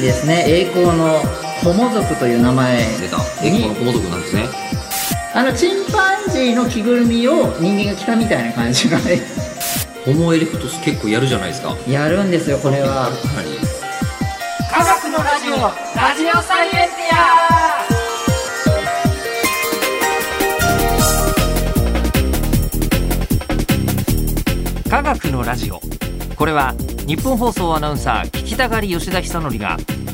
ですね栄光のホモ族という名前出たエコのホモ族なんですねあのチンパンジーの着ぐるみを人間が着たみたいな感じが ねホモエレクトス結構やるじゃないですかやるんですよこれはかなり科学のラジオラジオサイエンティア科学のラジオこれは日本放送アナウンサー聞きたがり吉田久典が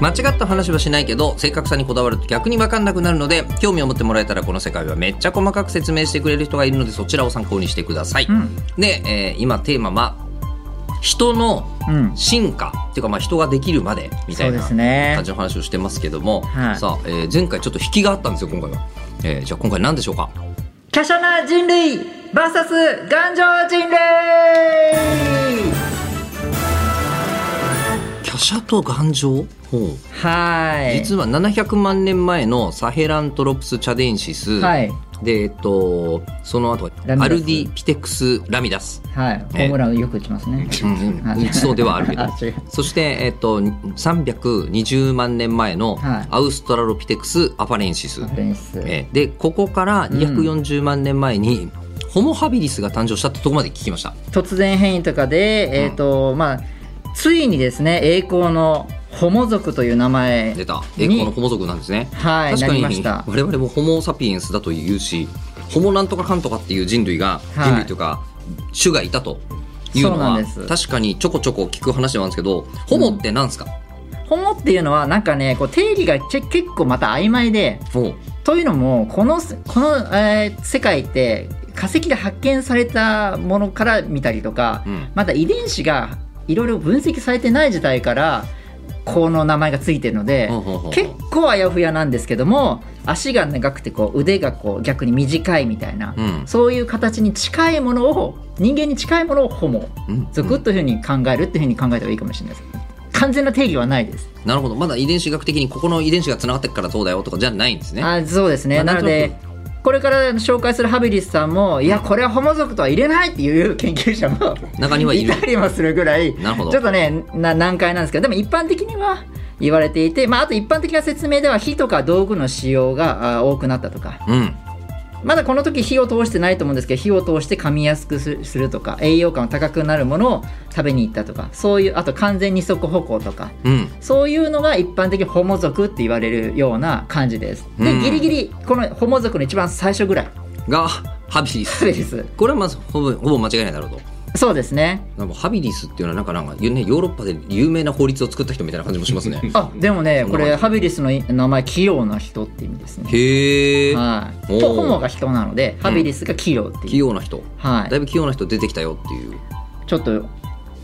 間違った話はしないけど正確さにこだわると逆に分かんなくなるので興味を持ってもらえたらこの世界はめっちゃ細かく説明してくれる人がいるのでそちらを参考にしてください、うんで、えー今テーマは人のうん進化、っていうかまあ人ができるまでみたいなそうですね感じの話をしてますけども、はいさあ、えー前回ちょっと引きがあったんですよ今回は、えーじゃあ今回何でしょうか華奢な人類 VS 頑丈人類華奢と頑丈ほうはい実は700万年前のサヘラントロプス・チャデンシス、はいでえっとその後ラミダスアルディ・ピテクス・ラミダス、はいホームランよく打ちますねうんはうん、い打ちそうではあるけど あ違うそして、えっと、320万年前のはいアウストラロピテクス・アパレンシス、アフレンシスえーでここから240万年前に、ホモ・ハビリスが誕生したってとこまで聞きました突然変異とかで、えーとまあ、ついにですね栄光のホモ族という名前出た栄に光のホモ族なんですねはい確なかりにました我々もホモ・サピエンスだというしホモなんとかかんとかっていう人類が、はい人類というか種がいたというのそうなんはです確かにちょこちょこ聞く話なんですけどホモってなんですか、ホモっていうのはなんかねこう定義がけ結構また曖昧でほうというのもこのこの、えー世界って化石で発見されたものから見たりとか、うんまだ遺伝子がいろいろ分析されてない時代からこの名前がついてるので、ほうほうほう結構あやふやなんですけども足が長くてこう腕がこう逆に短いみたいな、うんそういう形に近いものを人間に近いものをホモうん族というふうに考えるっていうふうに考えた方がいいかもしれないです完全な定義はないです、なるほどまだ遺伝子学的にここの遺伝子がつながってるからそうだよとかじゃないんですねあそうですね、まあなのなでこれから紹介するハビリスさんもいやこれはホモ族とは入れないっていう研究者も中にはいるたりもするぐらいなるほどちょっとねな難解なんですけどでも一般的には言われていて、まあ、あと一般的な説明では火とか道具の使用があ多くなったとかうんまだこの時火を通してないと思うんですけど火を通して噛みやすくすするとか栄養価の高くなるものを食べに行ったとかそういうあと完全二足歩行とかうんそういうのが一般的にホモ族って言われるような感じですでうんギリギリこのホモ族の一番最初ぐらいがハビリスハビリスこれはまずほぼほぼ間違いないだろうとそうですねでもハビリスっていうのはなんかなんか、ね、ヨーロッパで有名な法律を作った人みたいな感じもしますねあでもねそんこな感じれハビリスの名前器用な人って意味ですねへえはいおーとホモが人なのでハビリスが器用って器いう、用な人はだいい、ぶ器用な人出てきたよっていうちょっと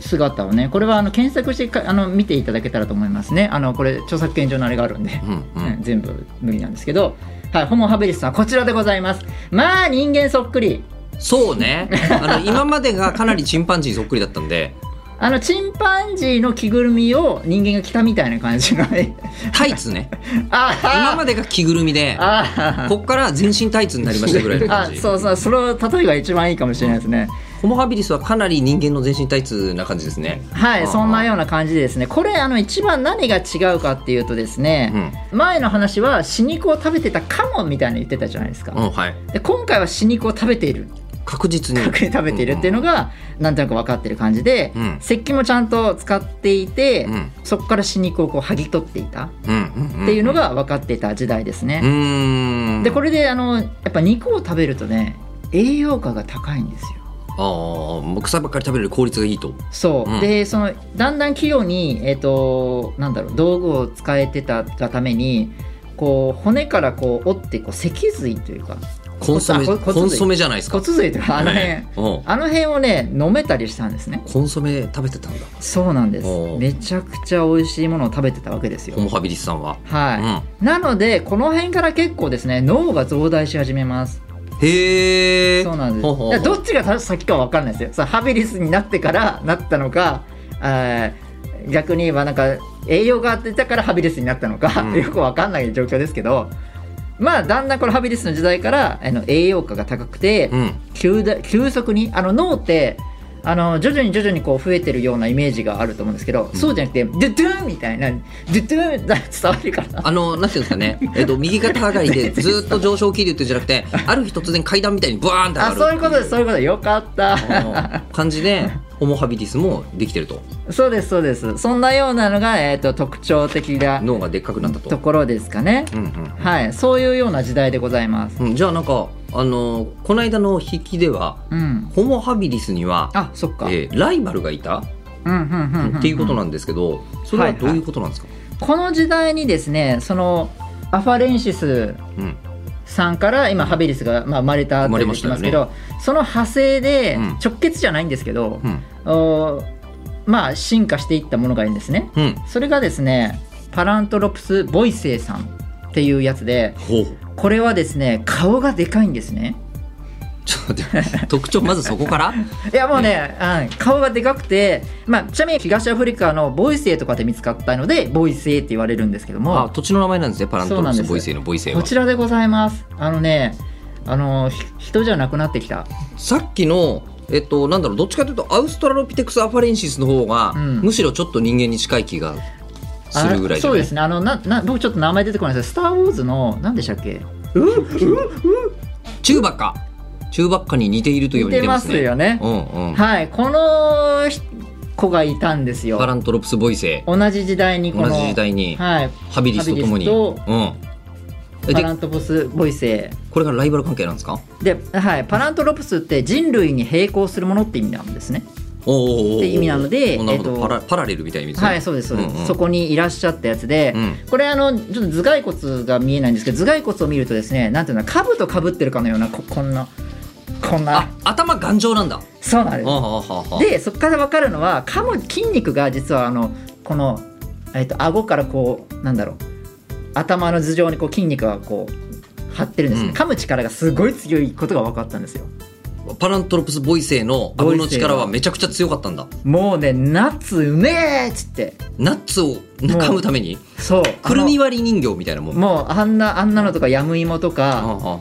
姿をねこれはあの検索してかあの見ていただけたらと思いますねあのこれ著作権上のあれがあるんでう、んううんん全部無理なんですけど、はい、ホモ・ハビリスさんはこちらでございますまあ人間そっくりそ うねあの今までがかなりチンパンジーそっくりだったんであのチンパンジーの着ぐるみを人間が着たみたいな感じがねタイツね あ今あまでが着ぐるみであこっから全身タイツになりましたぐらいのあ感じそうそうその例えが一番いいかもしれないですね、ホモ・ハビリスはかなり人間の全身タイツな感じですねはあいーそんなような感じですねこれあの一番何が違うかっていうとですね、前の話は死肉を食べてたかもみたいに言ってたじゃないですか、うんはいで今回は死肉を食べている確実に隠れ食べているっていうのがなんとなく分かってる感じで、うん石器もちゃんと使っていて、うんそこから死肉をこう剥ぎ取っていたっうんうんうんていうのが分かっていた時代ですね、うーんでこれであのやっぱ肉を食べるとね栄養価が高いんですよああもう草ばっかり食べれる効率がいいとそう、うんでそのだんだん器用に、えっとなんだろう道具を使えてたがためにこう骨からこう折ってこう脊髄というかコンソメこつあこコンソメじゃないですか骨髄というかあの辺、ねうんあの辺をね飲めたりしたんですねコンソメ食べてたんだそうなんですおーめちゃくちゃ美味しいものを食べてたわけですよホモ・ハビリスさんははい、なのでこの辺から結構ですね脳が増大し始めますうんへえ。そうなんですほほほだからどっちが正先かは分かんないですよそのハビリスになってからなったのかあー逆に言えばなんか栄養があってたからハビリスになったのか、うんよく分かんない状況ですけどまあだんだんこのハビリスの時代からあの栄養価が高くて、うん。急だ急速にあの脳ってあの徐々に徐々にこう増えてるようなイメージがあると思うんですけど、そうじゃなくてドゥドゥンみたいなドゥドゥンだ伝わるかなあの、なんていうんですかね。えっと、右肩上がりでずっと上昇気流っていうんじゃなくて、ある日突然階段みたいにブワーンって上がある。そういうことですそういうことですよかったあの感じで、ホモハビディスもできてると。そうですそうですそんなようなのが、えー、と特徴的な脳がでっかくなったと。ところですかね、うんうんはいそういうような時代でございますうん。じゃあなんか、あの、この間の引きでは、うんホモハビディスには、あそっか、えーライバルがいたうんうんうんうんうんっていうことなんですけど、それはどういうことなんですか、この時代にですねそのアファレンシスうんさんから今ハビリスがまあ生まれたって言ってますけどその派生でうん直結じゃないんですけど、うんおまあ進化していったものがいいんですねうんそれがですねパラントロプス・ボイセイさんっていうやつでほうこれはですね顔がでかいんですねちょっと待って 特徴まずそこからいやもうね、うん顔がでかくて、まあ、ちなみに東アフリカのボイセイとかで見つかったのでボイセイって言われるんですけどあも土地の名前なんですねパラントそロプうなんスですボイセイのボイセイこはちらでございますあのねあのひ人じゃなくなってきたさっきのえっとなんだろうどっちかというとアウストラロピテクスアファレンシスの方が、うんむしろちょっと人間に近い気がするぐらいあそうですねねあのなな僕ちょっと名前出てこないですけどスター・ウォーズ」の何でしたっけううチューバッカチューバッカに似ているというよ似うてに似てまますすねよねうんうんはいこのひ子がいたんですパラよントロプスボイセイ同じ時代にこ同のじ時代にはいハビリスとともに、ハビうんリスパえでラントロプス・ボイセイこれがライバル関係なんですかで、はい、パラントロプスって人類に並行するものって意味なんですねおーおーおーおーって意味なのでおーなるほど、えっとパラパラレルみたいな意味ですねはいそうですそうです、うんうんそこにいらっしゃったやつで、うんこれあのちょっと頭蓋骨が見えないんですけど頭蓋骨を見るとですねなんていうのかぶとかぶってるかのようなここんなこんあな頭頑丈なんだそうなんですああああああでそこから分かるのは噛む筋肉が実はあのこの、えっと顎からこうなんだろう頭の頭上にこう筋肉がこう張ってるんですね、うん噛む力がすごい強いことが分かったんですよパラントロプスボイセイの顎の力はめちゃくちゃ強かったんだもうねナッツうめえっつってナッツを噛むためにそうくるみは割り人形みたいなもんもうあんなあんなのとかやむいもとああか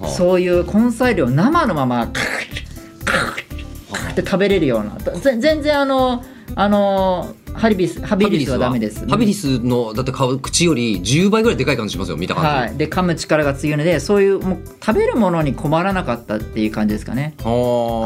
ああそういう根菜類を生のままカクッカクッカクッって食べれるようなぜ全然あのあのハリビスハビリスはダメですハビリスのだって顔口より10倍ぐらいでかい感じしますよ見たは感じい、で噛む力が強いのでそういうもう食べるものに困らなかったっていう感じですかねあ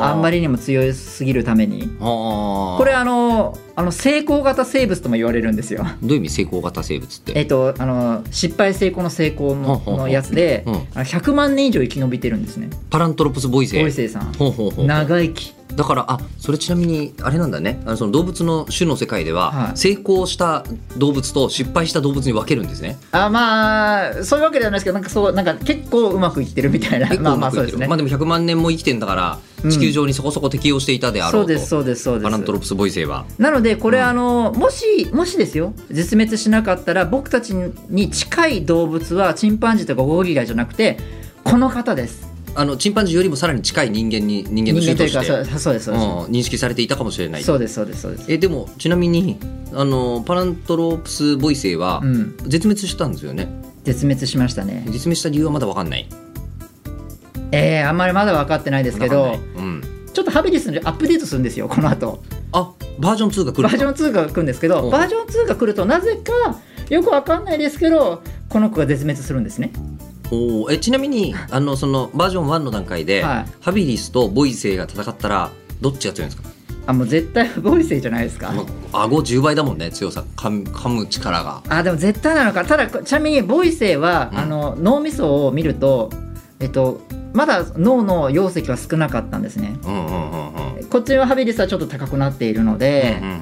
あんまりりにも強すぎるためにここれあのあの成功型生物とも言われるんですよどういう意味成功型生物っえてっとあの失敗成功の成功ほうのほうほうのやつで、うんあの100万年以上生き延びてるんですねパラントロプスボイセ大イイさんほうほうほう長生きだからあそれちなみにあれなんだねあのその動物の種の世界では、はい成功した動物と失敗した動物に分けるんですねあまあそういうわけではないですけどなんかそうなんか結構うまくいってるみたいな結ま構あうままあくそいうっですてる、ねまあでも100万年も生きてんだから、うん地球上にそこそこ適応していたであろそううとですそうですそうですパラントロプスボイセイはなのでこれあの、もしもしですよ絶滅しなかったら僕たちに近い動物はチンパンジーとかゴリラじゃなくてこの方ですあのチンパンジーよりもさらに近い人間に人間の人種間とというしかそてうそうですそうです、うん認識されていたかもしれないそうですそうですそうですえでもちなみにあのパラントロプスボイセイは、うん絶滅したんですよね絶滅しましたね絶滅した理由はまだ分かんないえー、あんまりまだ分かってないですけわどかんないうん、ちょっとハビリスのアップデートするんですよこの後あバージョン2が来るバージョンン2が来るんですけうどんバージョン2が来るとなぜかよく分かんないですけどこの子が絶滅するんですねおーえちなみにあのそのバージョン1の段階で、はいハビリスとボイセイが戦ったらどっちが強いんですかあもう絶対不合理性じゃないですかまあ顎10倍だもんね強さ噛む噛む力があでも絶対なのかただこちなみにボイセイは、うんあの脳みそを見るとえっとまだ脳の容積は少なかったんですねうんうんうんうんこっちのハビリスはちょっと高くなっているのでう、んうん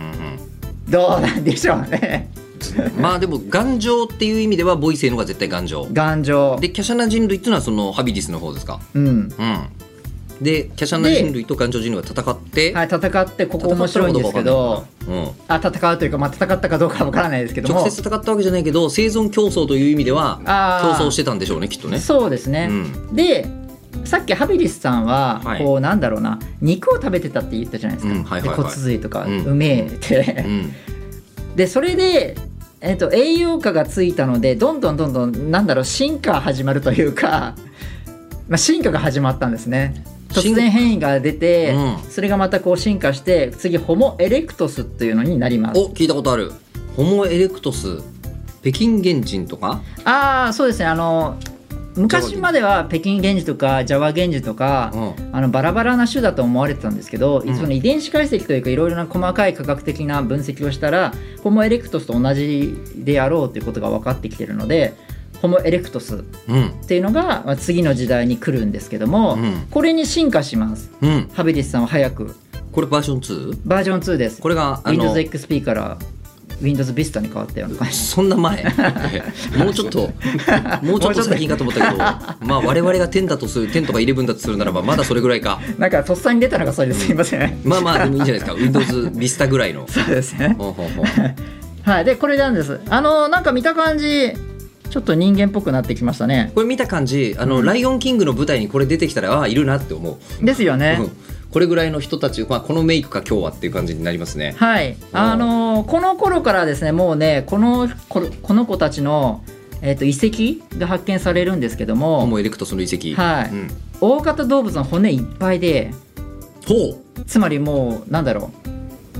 どうなんでしょうねうん まあでも頑丈っていう意味ではボイセイの方が絶対頑丈頑丈で華奢な人類っていうのはそのハビリスの方ですかうんうんで華奢な人類と頑丈人類が戦って、はい、戦ってここ面白いんですけどうん、あ戦うというか、まあ、戦ったかどうかわからないですけども直接戦ったわけじゃないけど生存競争という意味ではあー競争してたんでしょうねきっとねそうですね、うんでさっきハビリスさんははいこうなんだろうな肉を食べてたって言ったじゃないですか、うんはいはいはいで骨髄とか、ううんめえってう、んでそれで、えっと栄養価がついたのでどんどんどんどんなんだろう進化始まるというか、 まあ、進化が始まったんですね進突然変異が出て、うんそれがまたこう進化して次ホモ・エレクトスっていうのになりますお聞いたことあるホモ・エレクトス北京原人とかああそうですねあの昔までは北京源氏とかジャワ源氏とか、うんあのバラバラな種だと思われてたんですけど、うんその遺伝子解析というかいろいろな細かい科学的な分析をしたらホモ・エレクトスと同じであろうということが分かってきてるのでホモ・エレクトスっうんていうのがまあ次の時代に来るんですけども、うんこれに進化しますうんハビリスさんは早くこれバージョン 2? バージョン2ですこれがあの WindowsXP から WindowsVista に変わったような 感じそんな 前もうちょっともうちょっと先かと思ったけどまあ我々が10だとする10とか11だとするならばまだそれぐらいかなんかとっさに出たのがそれですすいませんまあまあでもいいんじゃないですか Windows Vista ぐらいのそうですねほうほうほうはい、でこれなんですあのなんか見た感じちょっと人間っぽくなってきましたねこれ見た感じあの、ライオンキング」の舞台にこれ出てきたらああいるなって思う、ですよね、うんこれぐらいの人たち、まあ、このメイクか今日はっていう感じになりますねはいあのこの頃からですねもうねこのここの子たちの、えっと遺跡が発見されるんですけどホもモエレクトスの遺跡はいうん大型動物の骨いっぱいでほつまりもうなんだろ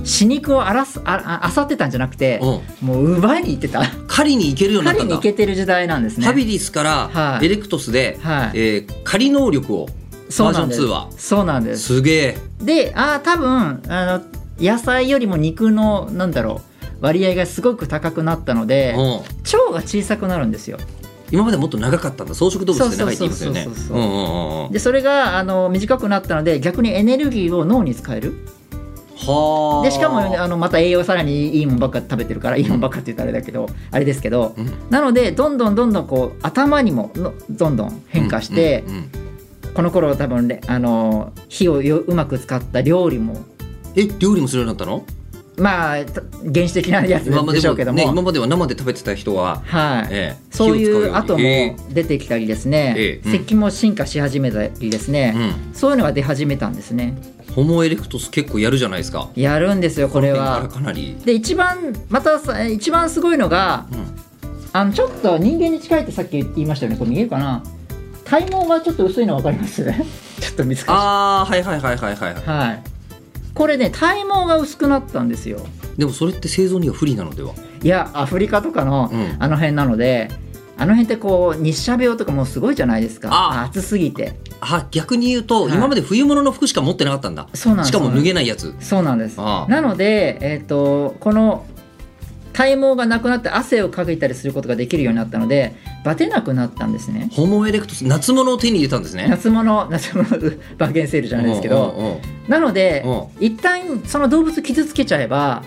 う死肉をあらすああ漁ってたんじゃなくて、う、うん、もう奪いに行ってた狩りに行けるようになっ狩りたにんだ行けてる時代なんですねハビリスからはいエレクトスで、はいえー狩り能力をそうなんですバージョン2はそうなんですすげえであー多分あの野菜よりも肉のなんだろう割合がすごく高くなったのでうん腸が小さくなるんですよ今までもっと長かったんだ草食動物で長いって言いますよねそうそうそううそうんそううんうんうんでそれがあの短くなったので逆にエネルギーを脳に使えるはあでしかもあのまた栄養さらにいいもんばっか食べてるからいいもんばっかって言ったらあれだけどあれですけどうんなのでどんどんどんどんこう頭にものどんどん変化してうんうんうんこの頃多分ねあの火をようまく使った料理もえ料理もするようになったのまあた原始的なやつ今まででしょもうけどね今もまでは生で食べてた人は、はい。ええそういう火を使後もうよにえ出てきたりですね、ええうん石器も進化し始めたりですえね、そういうのが出始めたんですねうん、ホモエレクトス結構やるじゃないですかやるんですよこれこの辺はからかなり、で一番またさ一番すごいのがうん、あのちょっと人間に近いってさっき言いましたよねこれ見えるかな体毛がちょっと薄いの分かります ちょっと見つかああはいはいはいはいはいるはいこれね体毛が薄くなったんですよでもそれって生存には不利なのではいやアフリカとかのうんあの辺なので、あの辺ってこう日射病とかもうすごいじゃないですかあ暑すぎてあ逆に言うと、はい今まで冬物の服しか持ってなかったんだそうなんですしかもそうなんです脱げないやつそうなんですああなので、えー、とこの体毛がなくなって汗をかけたりすることができるようになったのでバテなくなったんですねホモエレクトス夏物を手に入れたんですね夏物夏物 バーゲンセールじゃないですけど、うんうんうんなので、う一旦その動物傷つけちゃえば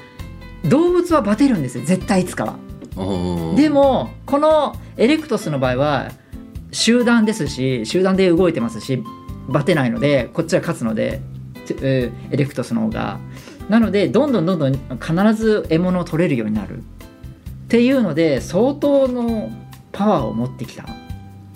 動物はバテるんですよ絶対いつかは、でもこのエレクトスの場合は集団ですし集団で動いてますしバテないのでこっちは勝つので、ちえーエレクトスの方がなのでどんどんどんどん必ず獲物を取れるようになるっていうので相当のパワーを持ってきた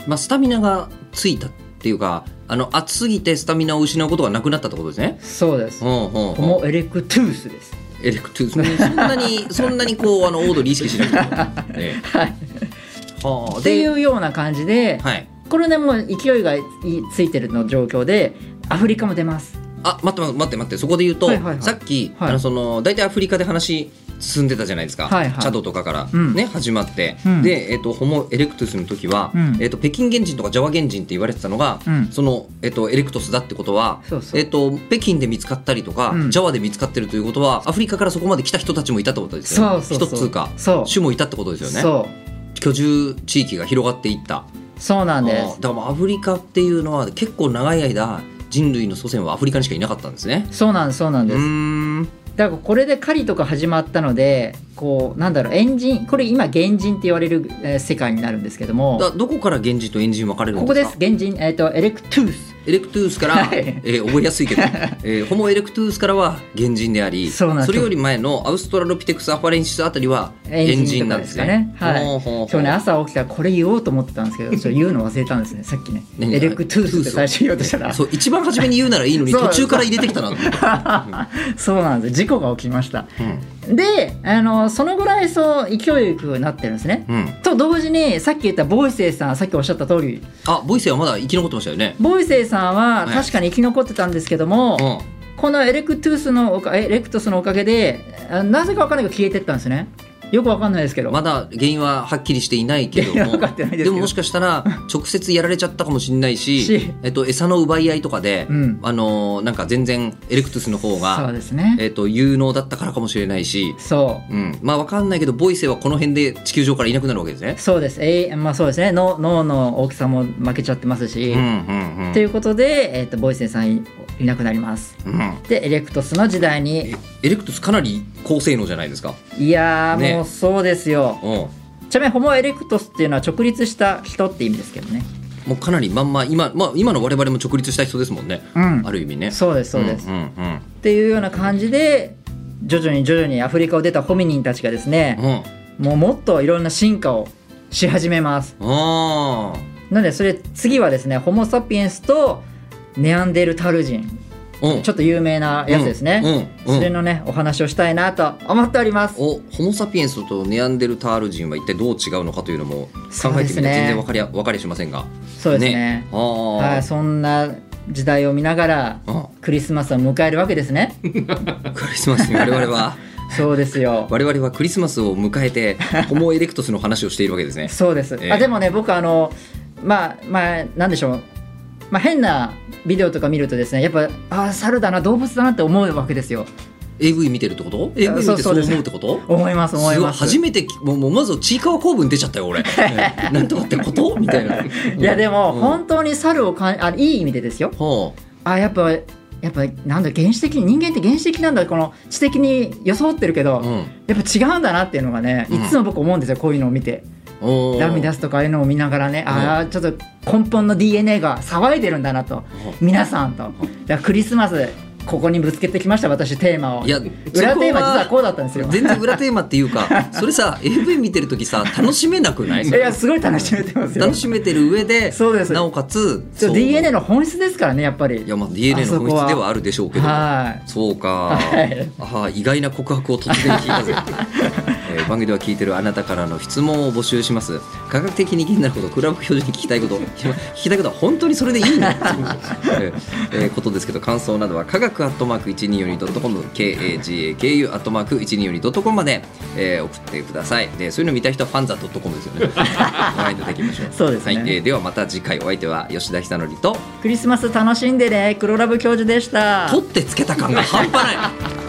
まあ、スタミナがついたっていうかあの暑すぎてスタミナを失うことがなくなったってことですね。そうですうんうんホうんモエレクトゥースですエレクトゥそんなにそんなにこうあのオードリー意識しなくても、えはいえはあ、っていでうような感じで、はいこれねもう勢いがいついてるの状況でアフリカも出ますあ待って待って待ってそこで言うと、はいはいはいさっき、はいあのその大体アフリカで話進んでたじゃないですか、はいはいチャドとかから、うんね始まって、うんで、えっとホモ・エレクトゥスの時は、うんえっと北京原人とかジャワ原人って言われてたのが、うんその、えっとエレクトスだってことはそうそうえっと北京で見つかったりとか、うんジャワで見つかってるということはアフリカからそこまで来た人たちもいたってことですよねそうそうそう一つかそう種もいたってことですよねそう居住地域が広がっていったそうなんであすーだからもうアフリカっていうのは結構長い間人類の祖先はアフリカにしかいなかったんですね。そうなんですそうなんうです、ーんだからこれで狩りとか始まったのでこうなんだろうエンジンこれ今原人って言われる、えー世界になるんですけどもだどこから源氏とエンジン分かれるこんこでですすか原人、えー、とエレクトゥースエレクトゥースから、はいえー覚えや すいけど、えーホモ・エレクトゥースからは原人でありそうなんですれより前のアウストラロピテクス・アファレンシスあたりは原エンジ人ンななんんでですすねかね。はい。ほうほうほう今日ね朝起きたらこれ言おうと思ってたんですけど、それ言うの忘れたんですね。さっきね。何エレクトゥースって最初言おうとしたら。そう一番初めに言うならいいのにそう途中から入れてきたなと思って そうなんです。事故が起きました。うんで、あのそのぐらいそう勢いよくなってるんですね。うんと同時にさっき言ったボイセイさんさっきおっしゃった通りあボイセイはまだ生き残ってましたよねボイセイさんははい確かに生き残ってたんですけども、うんこのエレクトゥースのおかエレクトスのおかげであなぜかわかんないけど消えてったんですねよくわかんないですけど、まだ原因ははっきりしていないけどいやも分かってないですけどももしかしたら直接やられちゃったかもしれない ししえっと、餌の奪い合いとかで、うんあのーなんか全然エレクトゥスの方そうが、ですねえっと、有能だったからかもしれないし、そうん、まあ分かんないけどボイセイはこの辺で地球上からいなくなるわけですねう。そうですえーまあそうですねの脳の大きさも負けちゃってますし、うんうんうんということで、えー、とボイセイさんいいなくなりますうんでエレクトスの時代にえエレクトゥスかなり高性能じゃないですか。いやー、ねもうそうですようん、もちなみにホモ・エレクトスっていうのは直立した人って意味ですけどねうかなりまんま今,、まあ、今の我々も直立した人ですもんね、うんある意味ね。そうですそうです、んうんっていうような感じで徐々に徐々にアフリカを出たホミニンたちがですうね、んうんもうもっといろんな進化をし始めますあーなのでそれ次はですねホモ・サピエンスとネアンデルタル人うんちょっと有名なやつですね、うんうんうんそれのねお話をしたいなと思っておりますおホモ・サピエンスとネアンデルタール人は一体どう違うのかというのも考そうでえてみすてね全然分かりゃ分かりゃしませんがそうですねああ、はいそんな時代を見ながらあクリスマスを迎えるわけですね クリスマスに我 々はそうですよ我々はクリスマスを迎え てホモ・エレクトスの話をしているわけですねそうです、ええあでもね僕あのまあまあなんでしょう、まあ、変なビデオとか見るとですねやっぱあー猿だな動物だなって思うわけですよ AV 見てるってこと ?AV 見そうてそそううです思うってこと思います思いますごい初めてきもうもうまずちいかわ公文出ちゃっ たよ俺ねなんとかってことみたいないやでも、うん本当に猿をかんあいい意味でですよはあやっぱやっぱなんだ原始的に人間って原始的なんだこの知的に装ってるけど、あ、うんやっぱ違うんだなっていうのがねういんつも僕思うんですよこういうのを見て、おーダミ出すとかああいうのを見ながらね、ああちょっと根本の DNA が騒いでるんだなと、皆さんと、だからクリスマスここにぶつけてきました私テーマをいや裏テーマそこは実はこうだったんですよ全然裏テーマってい うかそれさ AV 見てる時さ楽しめなくないいやすごい楽しめてますよ楽しめてる上でそうですなおかつちょそう DNA の本質ですからねやっぱりいやまあ DNA の本質ではあるでしょうけどはそうか、はい ああ意外な告白を突然聞いたぜ、えー番組では聞いてるあなたからの質問を募集します科学的に気になることクラブ教授に聞きたいこと聞きたいことは本当にそれでい いのっていう、えーえーことですけど感想などは科学アットマーク 1242.com KAGAKU アットマーク 1242.com まで、えー送ってくださいでそういうの見たい人はファンザ .com です よねご覧いただきましょうそうですねはいえーではまた次回お相手は吉田久典といクリスマス楽しんでね黒ラブ教授でした取ってつけた感が半端ない